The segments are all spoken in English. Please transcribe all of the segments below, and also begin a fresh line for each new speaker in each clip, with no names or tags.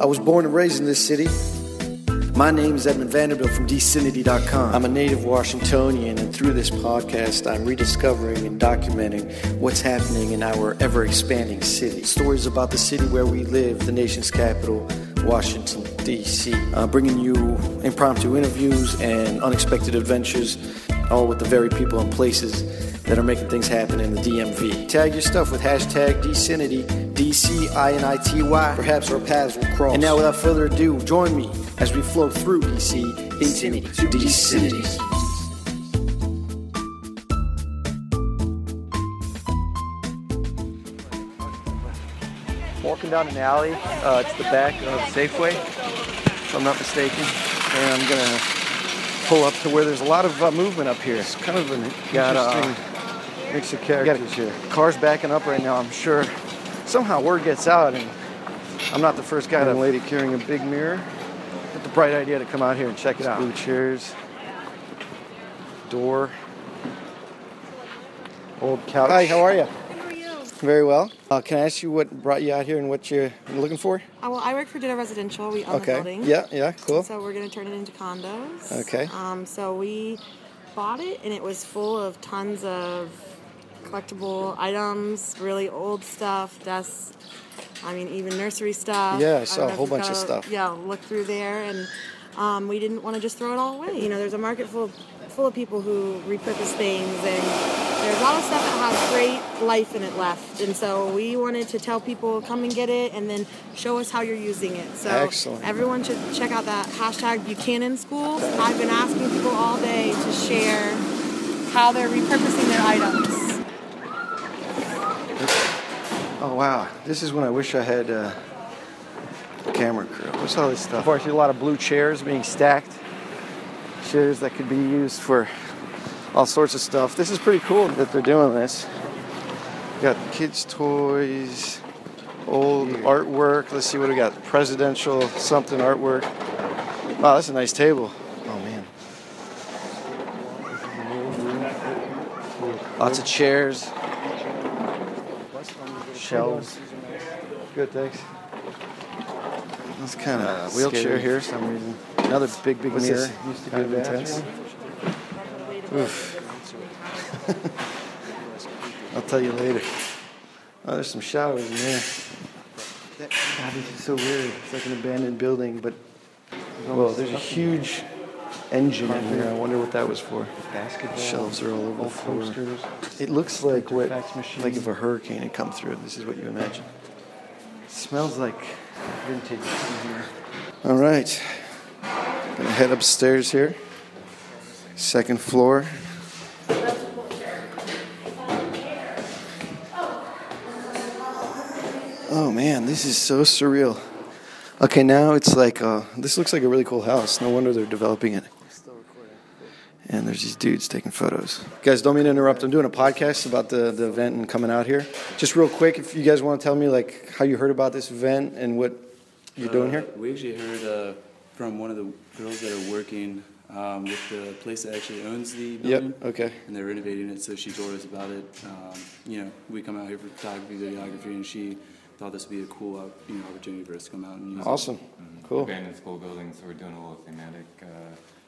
I was born and raised in this city. My name is Edmund Vanderbilt from Decinity.com. I'm a native Washingtonian, and through this podcast, I'm rediscovering and documenting what's happening in our ever expanding city. Stories about the city where we live, the nation's capital, Washington, D.C. Uh, bringing you impromptu interviews and unexpected adventures, all with the very people and places that are making things happen in the DMV. Tag your stuff with hashtag Dcinity, D C I N I T Y. Perhaps our paths will cross. And now, without further ado, join me as we flow through DC into Dcinity. Walking down an alley, uh, it's the back of Safeway, if I'm not mistaken, and I'm gonna pull up to where there's a lot of uh, movement up here.
It's kind of an
Got, uh,
interesting mix of
We got
characters here.
cars backing up right now. I'm sure somehow word gets out, and I'm not the first guy
Got
to
a lady carrying a big mirror,
with the bright idea to come out here and check it out.
blue chairs,
door.
old couch.
Hi, how are you?
How are you?
Very well. Uh, can I ask you what brought you out here and what you're looking for?
Uh, well, I work for Ditto Residential. We own the
Okay.
building.
Yeah, yeah, cool.
So we're gonna turn it into condos.
Okay.
Um, so we bought it, and it was full of tons of collectible items, really old stuff, desks. I mean, even nursery stuff.
Yeah, I
don't
saw a
know if
whole
you've
bunch of
got a-
stuff.
Yeah, look through there, and um, we didn't want to just throw it all away. You know, there's a market full of, full of people who repurpose things, and there's a lot of stuff that has great life in it left. And so we wanted to tell people, come and get it, and then show us how you're using it. So
Excellent.
everyone should check out that hashtag Buchanan Schools. I've been asking people all day to share how they're repurposing their items.
Oh, wow. This is when I wish I had uh, a camera crew. What's all this stuff? Unfortunately, a lot of blue chairs being stacked. Chairs that could be used for all sorts of stuff. This is pretty cool that they're doing this.
Got kids' toys.
Old artwork. Let's see what we got. Presidential something artwork. Wow, that's a nice table. Oh, man. Lots of chairs, shelves.
Good, thanks.
That's kind of
Uh,
wheelchair
scary
here.
for some reason.
Another big, big
What's
mirror.
this? Used to be
Kind of
a
intense.
I'll tell you later.
Oh, there's some showers in there.
God, this is so weird.
It's like an abandoned building, but well, there's a huge engine in here. I wonder what that was for.
Basketball.
Shelves are all over the
old
floor.
posters.
It looks like what,
Fax machine.
like if a hurricane had come through. This is what you imagine.
smells like vintage in here.
All right, gonna head upstairs here. Second floor. Oh man, this is so surreal. Okay, now it's like uh, this looks like a really cool house. No wonder they're developing it. And there's these dudes taking photos. Guys, don't mean to interrupt. I'm doing a podcast about the, the event and coming out here. Just real quick, if you guys want to tell me like how you heard about this event and what you're doing
Uh,
here.
We actually heard uh, from one of the girls that are working um, with the place that actually owns the building.
Yep. Okay.
And they're renovating it, so she told us about it. Um, you know, we come out here for photography, videography, and she thought this would be a cool, op- you know, opportunity for us to come out and use. it.
Awesome. Cool.
Abandoned school buildings, so we're doing a little thematic, uh,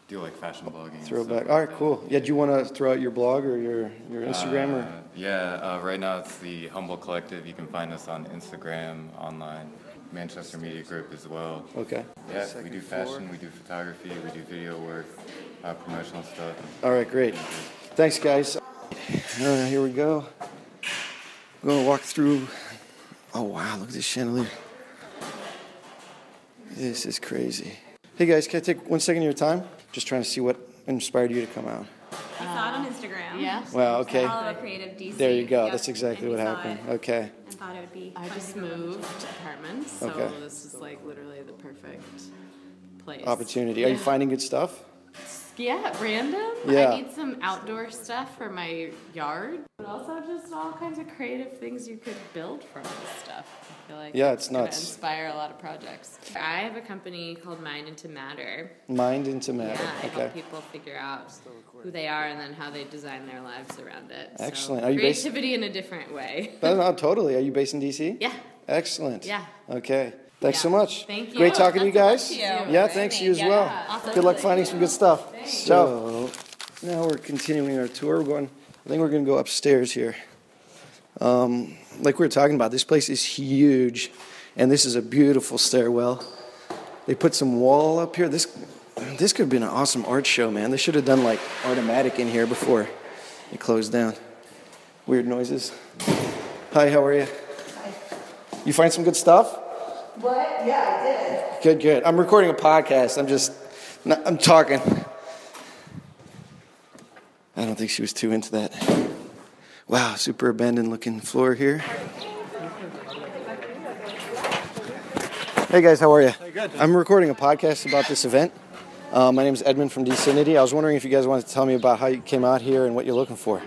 do like fashion blogging. and stuff
Throwback.
like
All right.
that.
Cool. Yeah. Do you want to throw out your blog or your your Instagram
Uh,
or?
Yeah, uh, right now it's the Humble Collective. You can find us on Instagram, online, Manchester Media Group as well.
Okay.
Yeah, we do fashion, we do photography, we do video work, uh, promotional stuff.
All right. Great. Thanks, guys. Uh, here we go. We're gonna walk through. Oh wow! Look at this chandelier. This is crazy. Hey guys, can I take one second of your time? Just trying to see what inspired you to come out.
I saw it on Instagram. Yeah.
Wow. Okay.
Follow a creative DC.
There you go.
Yep.
That's exactly
And
what
we saw
happened.
it
Okay.
And thought it would be.
I
fun
just
to go.
moved apartments, so
Okay.
this is like literally the perfect place.
Opportunity. Are you finding good stuff?
Yeah, random.
Yeah.
I need some outdoor stuff for my yard, but also just all kinds of creative things you could build from this stuff. I feel like
Yeah, it's
gonna
nuts.
Inspire a lot of projects. I have a company called Mind Into Matter.
Mind into matter.
Yeah, I
Okay.
help people figure out who they are and then how they design their lives around it. So
Excellent. Are you based-
creativity in a different way?
No, no, totally. Are you based in DC?
yeah.
Excellent.
Yeah.
Okay. Thanks so much.
Thank you.
Great talking to you
Lots of luck
guys.
to you.
Yeah, thanks you as
Yeah.
well.
Awesome.
Good luck finding some good stuff.
So,
So now we're continuing our tour. We're going. I think we're going to go upstairs here. Um, like we were talking about, this place is huge, and this is a beautiful stairwell. They put some wall up here. This this could have been an awesome art show, man. They should have done like Artomatic in here before it closed down. Weird noises. Hi, how are you? You find some good stuff?
What? Yeah, I did.
Good, good. I'm recording a podcast. I'm just, not, I'm talking. I don't think she was too into that. Wow, super abandoned looking floor here. Hey guys, how are you? good. I'm recording a podcast about this event. Uh, my name is Edmund from Decinity. I was wondering if you guys wanted to tell me about how you came out here and what you're looking for.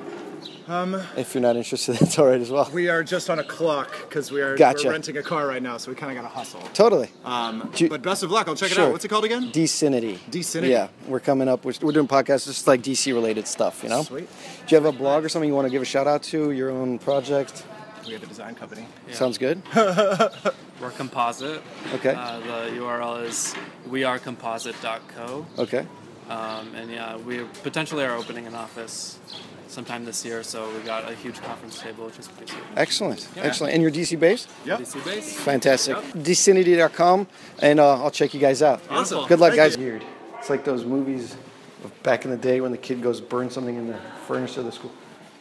Um, if you're not interested, that's all right as well.
We are just on a clock because we are
Gotcha.
we're renting a car right now, so we kind of got to hustle.
totally.
Um,
Do-
but best of luck. I'll check it
Sure.
out. What's it called again?
Decinity.
Decinity.
Yeah, we're coming up. We're, we're doing podcasts, just like DC related stuff, you know?
Sweet.
Do you have a blog or something you want to give a shout out to? Your own project?
we have a design company.
Sounds good.
We're Composite.
Okay.
Uh, the URL is wearecomposite.co.
okay.
Um, and yeah, we potentially are opening an office sometime this year, so we got a huge conference table, which is pretty sweet.
Excellent. Excellent. And you're DC based?
Yep.
DC base.
Fantastic. Decinity.com, E and uh, I'll check you guys out.
Awesome.
Good luck,
Thank
guys. Weird. It's like those movies of back in the day when the kid goes burn something in the furnace of the school.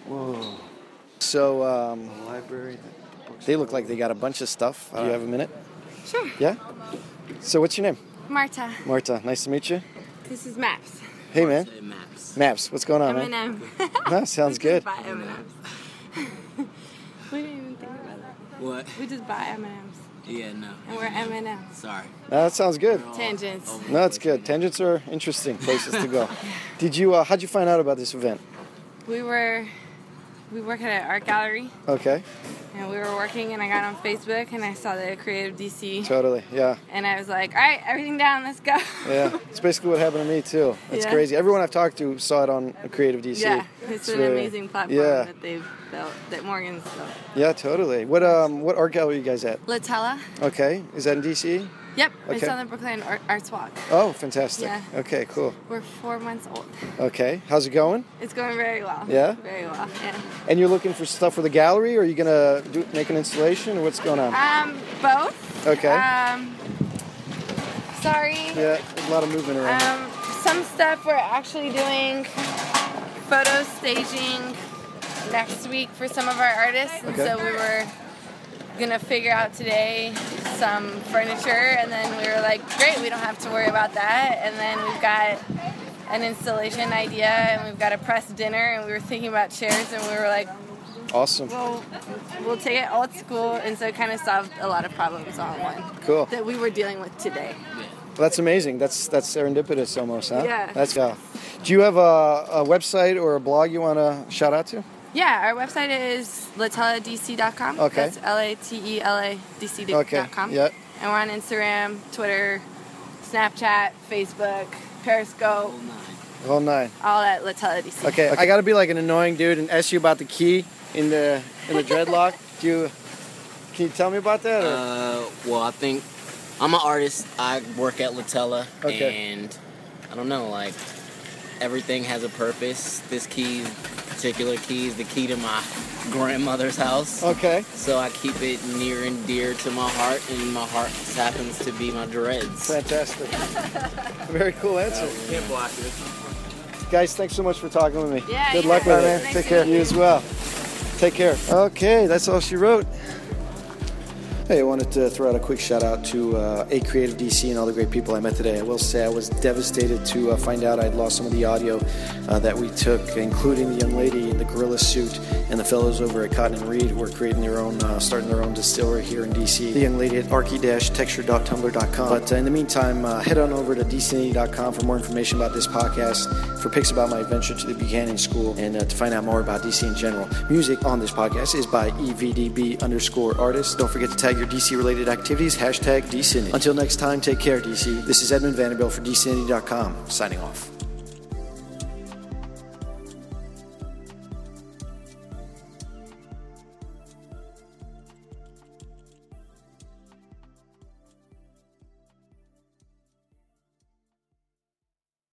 whoa,
So um,
the library. The books. Uh,
they look like they got a bunch of stuff. Do you have a minute? Sure. Yeah? So, what's your name?
Marta,
Marta. Nice to meet you.
this is Maps.
Hey, man. Maps, what's going on, man?
M&M.
That sounds good.
buy M&Ms. we didn't even think about that.
What?
We just buy M&Ms.
Yeah, no.
And we're M&Ms.
Sorry.
No, that sounds good.
Tangents.
No, it's good. Tangents are interesting places to go. Did you? Uh, how'd you find out about this event?
We were we work at an art gallery
Okay,
and we were working and I got on Facebook and I saw the creative DC
totally. Yeah,
and I was like, all right, everything down, let's go.
yeah. It's basically what happened to me too. It's
Yeah.
crazy. Everyone I've talked to saw it on Creative DC.
Yeah, it's an
very-
amazing platform
Yeah,
that they've built, that Morgan's built.
yeah, totally. What um, what art gallery you guys at?
Latella?
Okay, is that in DC?
Yep, it's
Okay.
on the Brooklyn Ar- Arts Walk.
Oh, fantastic.
Yeah.
Okay, cool.
We're four months old.
Okay, how's it going?
It's going very well.
Yeah?
Very well, yeah.
And you're looking for stuff for the gallery, or are you gonna do make an installation, or what's going on?
Um, both.
Okay.
Um, sorry.
yeah, a lot of movement around.
Um, some stuff we're actually doing photo staging next week for some of our artists, and
Okay.
so we were gonna figure out today some furniture, and then we were like, great, we don't have to worry about that, and then we've got. An installation idea, and we've got a press dinner, and we were thinking about chairs, and we were like,
awesome.
well, we'll take it old school, and so it kind of solved a lot of problems all in one
Cool.
that we were dealing with today.
Well, that's amazing. That's that's serendipitous almost, huh?
Yeah.
That's yeah. Do you have a, a website or a blog you want to shout out to?
Yeah, our website is latelladc.com.
Okay.
That's L A T E L A D C dot
Okay,
com.
yep.
And we're on Instagram, Twitter, Snapchat, Facebook, Periscope,
Whole nine.
all at latelladc.
Okay. I got to be like an annoying dude and ask you about the key in the in the dreadlock. Do you? Can you tell me about that? Or?
Uh, well, I think I'm an artist. I work at Latella,
Okay.
and I don't know, like everything has a purpose. This key, particular key, is the key to my grandmother's house.
okay.
So I keep it near and dear to my heart, and my heart just happens to be my dreads.
Fantastic. Very cool answer.
Can't block it.
Guys, thanks so much for talking with me.
Yeah,
Good
you
luck
guys.
with it.
Nice
Take
to
care.
meet
You as well. Take care. Okay, that's all she wrote. Hey, I wanted to throw out a quick shout out to uh, A Creative DC and all the great people I met today. I will say I was devastated to uh, find out I'd lost some of the audio uh, that we took, including the young lady in the gorilla suit and the fellows over at Cotton and Reed who are creating their own, uh, starting their own distillery here in DC. The young lady at archy-texture.tumblr.com. But uh, in the meantime, uh, head on over to dcnity.com E for more information about this podcast, for pics about my adventure to the Buchanan School, and uh, to find out more about DC in general. Music on this podcast is by E EVDB underscore artist. Don't forget to tag your DC related activities, E. hashtag DCinity. Until next time, take care, DC. This is Edmund Vanderbilt for dcnity.com, E signing off.